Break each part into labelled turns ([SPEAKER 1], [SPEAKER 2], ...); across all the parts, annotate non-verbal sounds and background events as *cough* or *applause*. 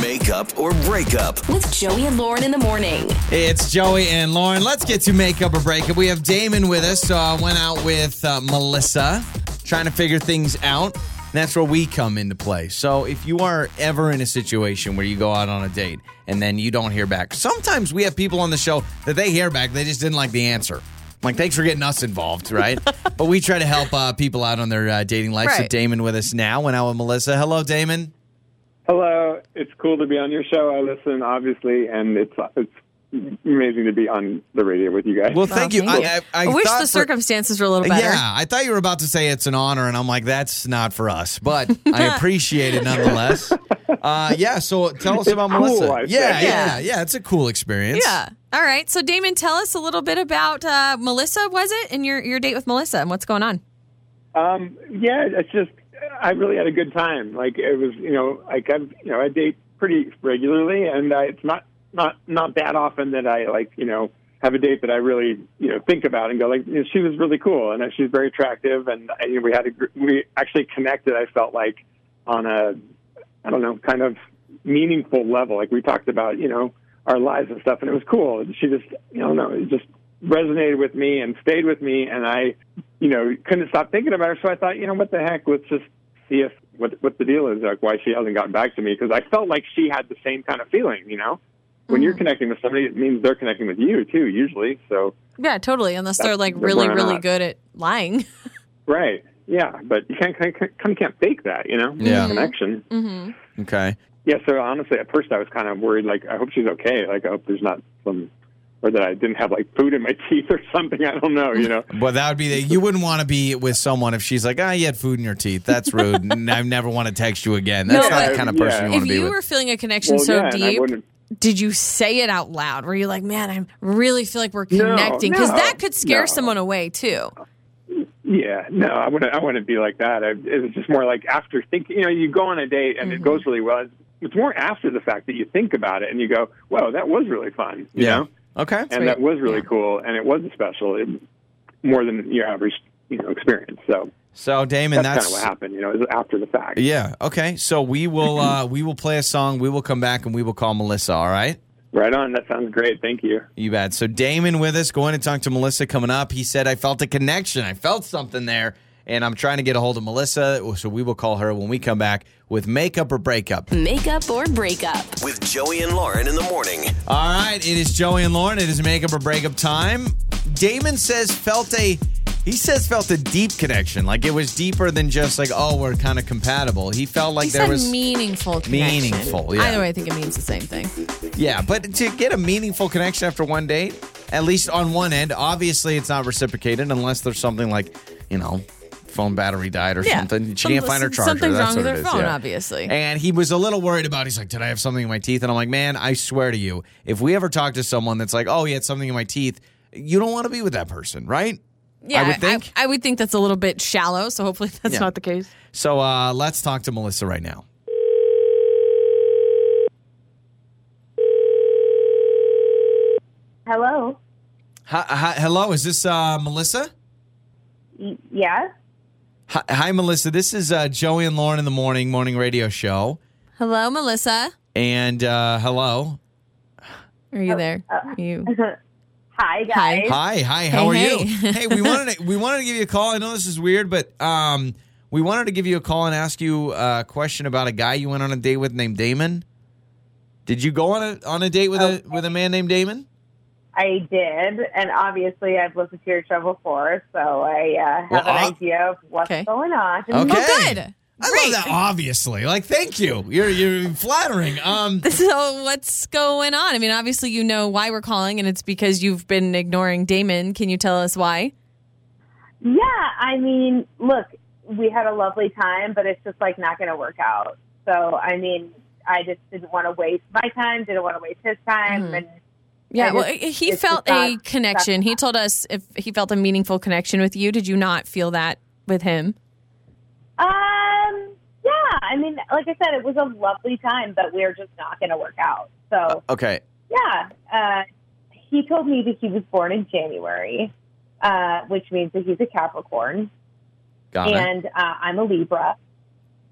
[SPEAKER 1] Makeup or breakup.
[SPEAKER 2] with Joey and Lauren in the morning.
[SPEAKER 3] It's Joey and Lauren. Let's get to makeup or breakup. We have Damon with us, so I went out with uh, Melissa, trying to figure things out. And that's where we come into play. So if you are ever in a situation where you go out on a date and then you don't hear back, sometimes we have people on the show that they hear back, they just didn't like the answer. Like, thanks for getting us involved, right? but we try to help uh, people out on their uh, dating life. So
[SPEAKER 4] Right.
[SPEAKER 3] Damon with us now. Went out with Oh, Melissa. Hello, Damon.
[SPEAKER 5] Hello, it's cool to be on your show. I listen, obviously, and it's it's amazing to be on the radio with you guys.
[SPEAKER 3] Well, thank you. I, I, I
[SPEAKER 4] wish
[SPEAKER 3] thought
[SPEAKER 4] the
[SPEAKER 3] for-
[SPEAKER 4] circumstances were a little better.
[SPEAKER 3] Yeah, I thought you were about to say it's an honor, and I'm like, that's not for us,
[SPEAKER 4] *laughs*
[SPEAKER 3] but I appreciate it nonetheless. Uh, yeah, so tell us about
[SPEAKER 5] cool,
[SPEAKER 3] Melissa.
[SPEAKER 5] I
[SPEAKER 3] yeah,
[SPEAKER 5] say.
[SPEAKER 3] yeah, yeah, it's a cool experience.
[SPEAKER 4] Yeah. All right. So Damon, tell us a little bit about uh, Melissa. Was it and your your date with Melissa and what's going on?
[SPEAKER 5] Um, yeah, it's just I really had a good time. Like it was, you know, like I, you know, I date pretty regularly, and I, it's not not not that often that I like, you know, have a date that I really, you know, think about and go like, you know, she was really cool, and uh, she's very attractive, and uh, you know, we had a gr- we actually connected. I felt like on a, I don't know, kind of meaningful level. Like we talked about, you know, our lives and stuff, and it was cool. And She just, you know, no, it just resonated with me and stayed with me, and I, you know, couldn't stop thinking about her. So I thought, you know, what the heck? Let's just see if what what the deal is, like why she hasn't gotten back to me, because I felt like she had the same kind of feeling. You know, when you're connecting with somebody, it means they're connecting with you too, usually. So
[SPEAKER 4] Yeah, totally. Unless they're like
[SPEAKER 5] That's-
[SPEAKER 4] really,
[SPEAKER 5] why
[SPEAKER 4] really
[SPEAKER 5] not?
[SPEAKER 4] good at lying.
[SPEAKER 5] right, yeah, but you can't kind of can't fake that, you know,
[SPEAKER 3] Yeah.
[SPEAKER 5] connection.
[SPEAKER 3] Okay.
[SPEAKER 5] Yeah, so honestly, at first I was kind of worried. Like, I hope she's okay. Like, I hope there's not some, or that I didn't have like food in my *laughs* teeth or something. I don't
[SPEAKER 3] *laughs*
[SPEAKER 5] know. You know.
[SPEAKER 3] But that would be the, you wouldn't want to be with someone if she's like, ah, you had food in your teeth. That's rude. and I never want to text you again. That's
[SPEAKER 4] No,
[SPEAKER 3] not the
[SPEAKER 4] but-
[SPEAKER 3] kind of person you
[SPEAKER 5] Yeah.
[SPEAKER 4] if
[SPEAKER 3] want to be
[SPEAKER 4] you
[SPEAKER 3] with.
[SPEAKER 4] were feeling a connection so
[SPEAKER 5] yeah, and I
[SPEAKER 4] deep,
[SPEAKER 5] wouldn't.
[SPEAKER 4] did you say it out loud? Were you like, man, I really feel like we're connecting? Because
[SPEAKER 5] no,
[SPEAKER 4] that could scare
[SPEAKER 5] no.
[SPEAKER 4] someone away too.
[SPEAKER 5] Yeah, no, I wouldn't. I wouldn't be like that. I, it was just more like after thinking. You know, you go on a date
[SPEAKER 3] Mm-hmm.
[SPEAKER 5] and it goes really well. It's, it's more after the fact that you think about it and you go, "Whoa, that was really fun." You
[SPEAKER 3] yeah.
[SPEAKER 5] know?
[SPEAKER 3] Okay.
[SPEAKER 5] and that was really cool, and it was special, it, more than your average you know experience. So
[SPEAKER 3] So, Damon,
[SPEAKER 5] that's,
[SPEAKER 3] that's,
[SPEAKER 5] kind of what happened. You know, it was after the fact.
[SPEAKER 3] yeah. Okay. So we will uh, we will play a song. We will come back and we will call Melissa. All right.
[SPEAKER 5] Right on. That sounds great. Thank you.
[SPEAKER 3] You bet. So Damon with us, going to talk to Melissa coming up. He said, I felt a connection. I felt something there. And I'm trying to get a hold of Melissa. So we will call her when we come back with makeup or breakup.
[SPEAKER 2] Makeup or breakup.
[SPEAKER 1] With Joey and Lauren in the morning.
[SPEAKER 3] All right. It is Joey and Lauren. It is makeup or breakup time. Damon says, felt a. He says felt a deep connection, like it was deeper than just like oh we're kind of compatible. He felt like
[SPEAKER 4] He
[SPEAKER 3] there
[SPEAKER 4] said
[SPEAKER 3] was
[SPEAKER 4] meaningful connection.
[SPEAKER 3] Meaningful, yeah.
[SPEAKER 4] Either way, I think it means the same thing.
[SPEAKER 3] Yeah, but to get a meaningful connection after one date, at least on one end, obviously it's not reciprocated unless there's something like, you know, phone battery died or
[SPEAKER 4] Yeah.
[SPEAKER 3] something. She
[SPEAKER 4] Some-
[SPEAKER 3] can't find her charger.
[SPEAKER 4] something's
[SPEAKER 3] That's what
[SPEAKER 4] wrong with
[SPEAKER 3] it
[SPEAKER 4] her
[SPEAKER 3] is,
[SPEAKER 4] phone,
[SPEAKER 3] yeah.
[SPEAKER 4] obviously.
[SPEAKER 3] And he was a little worried about. it. He's like, "Did I have something in my teeth?" And I'm like, "Man, I swear to you, if we ever talk to someone that's like, oh, he had something in my teeth, you don't want to be with that person, right?"
[SPEAKER 4] Yeah,
[SPEAKER 3] I would think.
[SPEAKER 4] I, would think that's a little bit shallow. So hopefully that's
[SPEAKER 3] Yeah.
[SPEAKER 4] not the case.
[SPEAKER 3] So uh, let's talk to Melissa right now.
[SPEAKER 6] Hello.
[SPEAKER 3] Hi, hi, hello, is this uh, Melissa?
[SPEAKER 6] Y- yeah.
[SPEAKER 3] Hi, hi, Melissa. This is uh, Joey and Lauren in the morning morning radio show.
[SPEAKER 4] Hello, Melissa.
[SPEAKER 3] And uh, hello.
[SPEAKER 4] Are
[SPEAKER 6] Oh,
[SPEAKER 4] you there?
[SPEAKER 6] uh,
[SPEAKER 4] you.
[SPEAKER 6] *laughs* Hi guys.
[SPEAKER 3] Hi, hi. How
[SPEAKER 4] Hey,
[SPEAKER 3] are you? *laughs*
[SPEAKER 4] hey.
[SPEAKER 3] hey, we wanted to, we wanted to give you a call. I know this is weird, but um, we wanted to give you a call and ask you a question about a guy you went on a date with named Damon. Did you go on a on a date with
[SPEAKER 4] Oh.
[SPEAKER 3] a with a man named Damon?
[SPEAKER 6] I did, and obviously I've listened to your show before, so I uh, have
[SPEAKER 3] Well,
[SPEAKER 6] an
[SPEAKER 3] uh,
[SPEAKER 6] idea of what's
[SPEAKER 4] okay.
[SPEAKER 6] going on.
[SPEAKER 3] Okay.
[SPEAKER 4] Oh, good. *laughs*
[SPEAKER 3] I
[SPEAKER 4] Great.
[SPEAKER 3] love that. Obviously, like thank you. You're you're flattering. Um,
[SPEAKER 4] So what's going on? I mean, obviously you know why we're calling, and it's because you've been ignoring Damon. Can you tell us why?
[SPEAKER 6] Yeah, I mean, look, we had a lovely time, but it's just like not going to work out. So I mean, I just didn't want to waste my time, didn't want to waste his time,
[SPEAKER 3] Mm-hmm.
[SPEAKER 6] and
[SPEAKER 4] Yeah,
[SPEAKER 6] I
[SPEAKER 4] Uh, well,
[SPEAKER 6] just-
[SPEAKER 4] he
[SPEAKER 6] it's
[SPEAKER 4] felt
[SPEAKER 6] just
[SPEAKER 4] a
[SPEAKER 6] not-
[SPEAKER 4] connection. He told us if he felt a meaningful connection with you. Did you not feel that with him?
[SPEAKER 6] um, yeah, I mean, like I said, it was a lovely time, but we're just not going to work out. So.
[SPEAKER 3] okay.
[SPEAKER 6] Yeah. Uh, he told me that he was born in January, uh, which means that he's a Capricorn,
[SPEAKER 3] Got it.
[SPEAKER 6] and uh, I'm a Libra.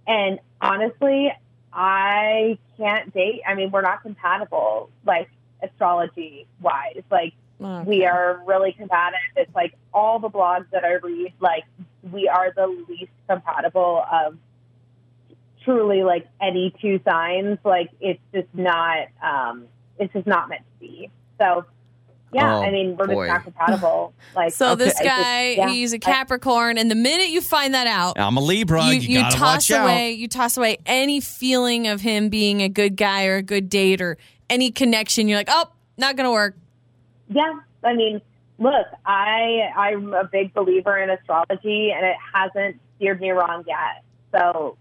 [SPEAKER 6] And honestly, I can't date. I mean, we're not compatible, like astrology wise. Like
[SPEAKER 4] Okay.
[SPEAKER 6] we are really combative. It's like all the blogs that I read, like we are the least compatible of truly like any two signs. Like it's just not um it's just not meant to be. So yeah,
[SPEAKER 3] Oh,
[SPEAKER 6] I mean we're
[SPEAKER 3] boy.
[SPEAKER 6] just not compatible.
[SPEAKER 3] *laughs*
[SPEAKER 6] Like
[SPEAKER 4] So
[SPEAKER 6] okay,
[SPEAKER 4] this
[SPEAKER 6] I just-
[SPEAKER 4] guy,
[SPEAKER 6] yeah,
[SPEAKER 4] he's a
[SPEAKER 6] I-
[SPEAKER 4] Capricorn, and the minute you find that out,
[SPEAKER 3] I'm a Libra. You,
[SPEAKER 4] you, you
[SPEAKER 3] gotta watch
[SPEAKER 4] toss
[SPEAKER 3] out.
[SPEAKER 4] away you toss away any feeling of him being a good guy or a good date or any connection. You're like, oh, not gonna work.
[SPEAKER 6] yeah i mean look i i'm a big believer in astrology and it hasn't steered me wrong yet so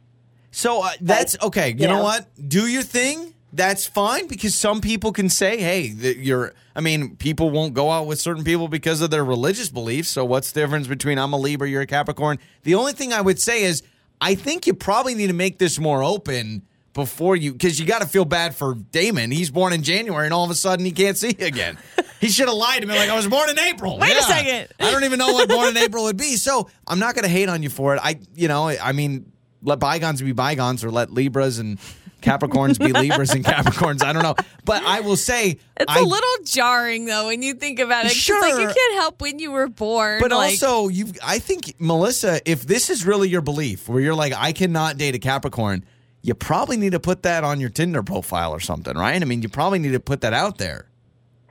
[SPEAKER 3] So uh, that's okay. You know
[SPEAKER 6] Yeah.
[SPEAKER 3] what? Do your thing. That's fine because some people can say, "Hey, th- you're." I mean, people won't go out with certain people because of their religious beliefs. So what's the difference between I'm a Libra, you're a Capricorn? The only thing I would say is, I think you probably need to make this more open before you, because you got to feel bad for Damon. He's born in January, and all of a sudden he can't see *laughs* you again. he should have lied to me like I was born in April.
[SPEAKER 4] Wait a second.
[SPEAKER 3] I don't even know what born in
[SPEAKER 4] *laughs*
[SPEAKER 3] April would be. So I'm not going to hate on you for it. I, you know, I mean, let bygones be bygones, or let Libras and Capricorns be Libras
[SPEAKER 4] *laughs*
[SPEAKER 3] and Capricorns. I don't know, but I will say,
[SPEAKER 4] It's
[SPEAKER 3] I-
[SPEAKER 4] a little jarring though when you think about it. 'cause, like you
[SPEAKER 3] Sure.
[SPEAKER 4] can't help when you were born.
[SPEAKER 3] But
[SPEAKER 4] like,
[SPEAKER 3] also, you, I think Melissa, if this is really your belief, where you're like, I cannot date a Capricorn, you probably need to put that on your Tinder profile or something, right? I mean, you probably need to put that out there.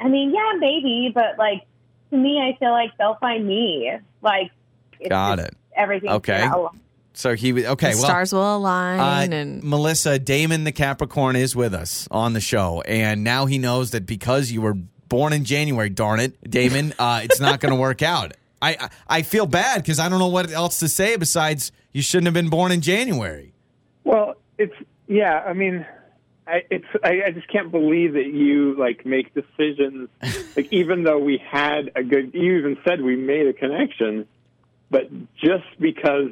[SPEAKER 6] i mean yeah maybe but like to me i feel like they'll find me like it's
[SPEAKER 3] Got
[SPEAKER 6] just
[SPEAKER 3] it.
[SPEAKER 6] everything
[SPEAKER 3] Okay. So he was okay.
[SPEAKER 4] the
[SPEAKER 3] well,
[SPEAKER 4] stars will align
[SPEAKER 3] Uh,
[SPEAKER 4] and
[SPEAKER 3] Melissa Damon, the Capricorn, is with us on the show, and now he knows that because you were born in January, darn it, Damon, uh, it's not going to work out. I I, I feel bad because I don't know what else to say besides you shouldn't have been born in January.
[SPEAKER 5] Well, it's yeah. I mean, I, it's I, I just can't believe that you like make decisions. like even though we had a good, you even said we made a connection, but just because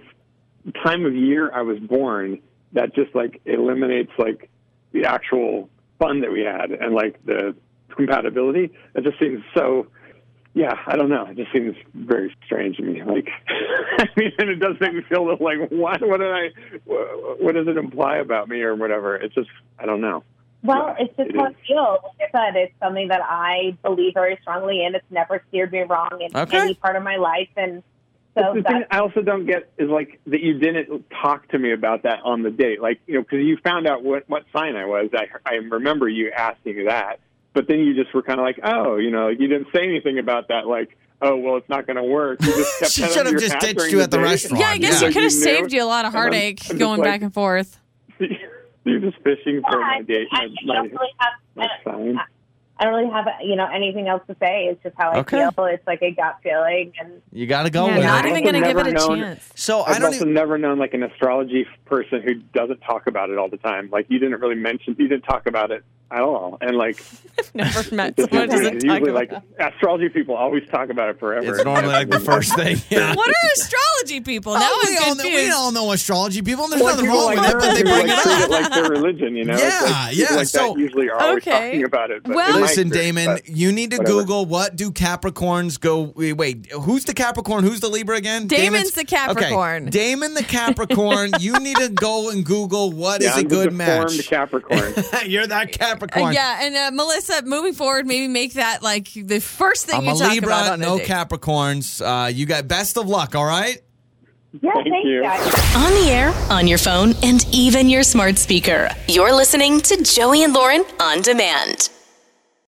[SPEAKER 5] time of year I was born, that just like eliminates like the actual fun that we had and like the compatibility. It just seems so. Yeah, I don't know. It just seems very strange to me. Like, *laughs* I mean, and it does make me feel a little like, what? What did I? wha- What does it imply about me or whatever? It's just, I don't know.
[SPEAKER 6] Well, it's just
[SPEAKER 5] It
[SPEAKER 6] how
[SPEAKER 5] is.
[SPEAKER 6] it feels. Like I said, it's something that I believe very strongly in. It's never steered me wrong in
[SPEAKER 3] Okay.
[SPEAKER 6] any part of my life. And so
[SPEAKER 5] the thing
[SPEAKER 6] that's,
[SPEAKER 5] I also don't get is like that you didn't talk to me about that on the date, like you know, because you found out what what sign I was. I I remember you asking that, but then you just were kind of like, oh, you know, you didn't say anything about that, like. Oh well, it's not going to work. You just
[SPEAKER 3] *laughs*
[SPEAKER 5] kept
[SPEAKER 3] She
[SPEAKER 5] that
[SPEAKER 3] should have
[SPEAKER 5] under your
[SPEAKER 3] just
[SPEAKER 5] hat
[SPEAKER 3] ditched
[SPEAKER 5] during
[SPEAKER 3] you
[SPEAKER 5] the
[SPEAKER 3] at the
[SPEAKER 5] date.
[SPEAKER 3] restaurant.
[SPEAKER 4] yeah, I guess
[SPEAKER 3] Yeah.
[SPEAKER 4] you could have
[SPEAKER 5] knew.
[SPEAKER 4] saved you a lot of
[SPEAKER 5] And I'm-
[SPEAKER 4] heartache
[SPEAKER 5] I'm just
[SPEAKER 4] going
[SPEAKER 5] like,
[SPEAKER 4] back and forth.
[SPEAKER 5] *laughs* You're just fishing for my date.
[SPEAKER 6] Oh, I, I
[SPEAKER 5] my-
[SPEAKER 6] don't really have.
[SPEAKER 5] my sign.
[SPEAKER 6] I don't really have you know anything else to say. It's just how I
[SPEAKER 3] Okay.
[SPEAKER 6] feel. It's like a gut feeling, and
[SPEAKER 3] You got to go
[SPEAKER 4] yeah,
[SPEAKER 3] with
[SPEAKER 4] not
[SPEAKER 3] it.
[SPEAKER 4] even
[SPEAKER 5] I've
[SPEAKER 4] gonna give
[SPEAKER 5] never
[SPEAKER 4] it a
[SPEAKER 5] known-
[SPEAKER 4] chance.
[SPEAKER 3] so Oh, I
[SPEAKER 5] I've
[SPEAKER 3] don't e-,
[SPEAKER 5] also
[SPEAKER 3] even.
[SPEAKER 5] never known like an astrology f- person who doesn't talk about it all the time. Like you didn't really mention, you didn't talk about it at all. And like,
[SPEAKER 4] Never
[SPEAKER 5] *laughs*
[SPEAKER 4] met
[SPEAKER 5] it's
[SPEAKER 4] someone who
[SPEAKER 5] usually,
[SPEAKER 4] doesn't talk
[SPEAKER 5] like
[SPEAKER 4] about.
[SPEAKER 5] astrology people always talk about it forever.
[SPEAKER 3] It's normally like the
[SPEAKER 5] *laughs*
[SPEAKER 3] first thing. Yeah.
[SPEAKER 4] What are astrology people? Now
[SPEAKER 3] Oh, we, all
[SPEAKER 4] I'm
[SPEAKER 3] know, we
[SPEAKER 4] confused.
[SPEAKER 3] all know astrology people, and there's
[SPEAKER 5] Well,
[SPEAKER 3] nothing
[SPEAKER 5] people
[SPEAKER 3] wrong
[SPEAKER 5] like
[SPEAKER 3] with it, but
[SPEAKER 5] that
[SPEAKER 3] they
[SPEAKER 5] who,
[SPEAKER 3] bring
[SPEAKER 5] like,
[SPEAKER 3] it
[SPEAKER 5] treat
[SPEAKER 3] up.
[SPEAKER 5] like their religion, you know? It's
[SPEAKER 3] Yeah,
[SPEAKER 5] like, people
[SPEAKER 3] yeah,
[SPEAKER 5] Like
[SPEAKER 3] so-
[SPEAKER 5] that usually are always
[SPEAKER 4] Okay.
[SPEAKER 5] talking about it. But uh,
[SPEAKER 4] Well-
[SPEAKER 5] in my
[SPEAKER 3] Listen,
[SPEAKER 5] experience,
[SPEAKER 3] Damon,
[SPEAKER 5] but
[SPEAKER 3] you need to
[SPEAKER 5] whatever.
[SPEAKER 3] Google what do Capricorns go. Wait, wait, who's the Capricorn? Who's the Libra again?
[SPEAKER 4] Damon's the
[SPEAKER 3] Okay,
[SPEAKER 4] Capricorn.
[SPEAKER 3] Damon the Capricorn. you need to go and Google what is
[SPEAKER 5] yeah, I'm
[SPEAKER 3] a good
[SPEAKER 5] just
[SPEAKER 3] match. *laughs*
[SPEAKER 5] deformed Capricorn.
[SPEAKER 3] You're that
[SPEAKER 4] Uh,
[SPEAKER 3] Capricorn.
[SPEAKER 4] yeah, and uh, Melissa, moving forward, maybe make that like the first thing
[SPEAKER 3] I'm
[SPEAKER 4] you
[SPEAKER 3] a
[SPEAKER 4] talk
[SPEAKER 3] Libra,
[SPEAKER 4] about on a
[SPEAKER 3] no
[SPEAKER 4] date.
[SPEAKER 3] Capricorns. Uh, you got best of luck. All right.
[SPEAKER 6] yeah,
[SPEAKER 5] Thank
[SPEAKER 6] thank
[SPEAKER 5] you.
[SPEAKER 6] you. guys.
[SPEAKER 2] On the air, on your phone, and even your smart speaker. You're listening to Joey and Lauren on demand.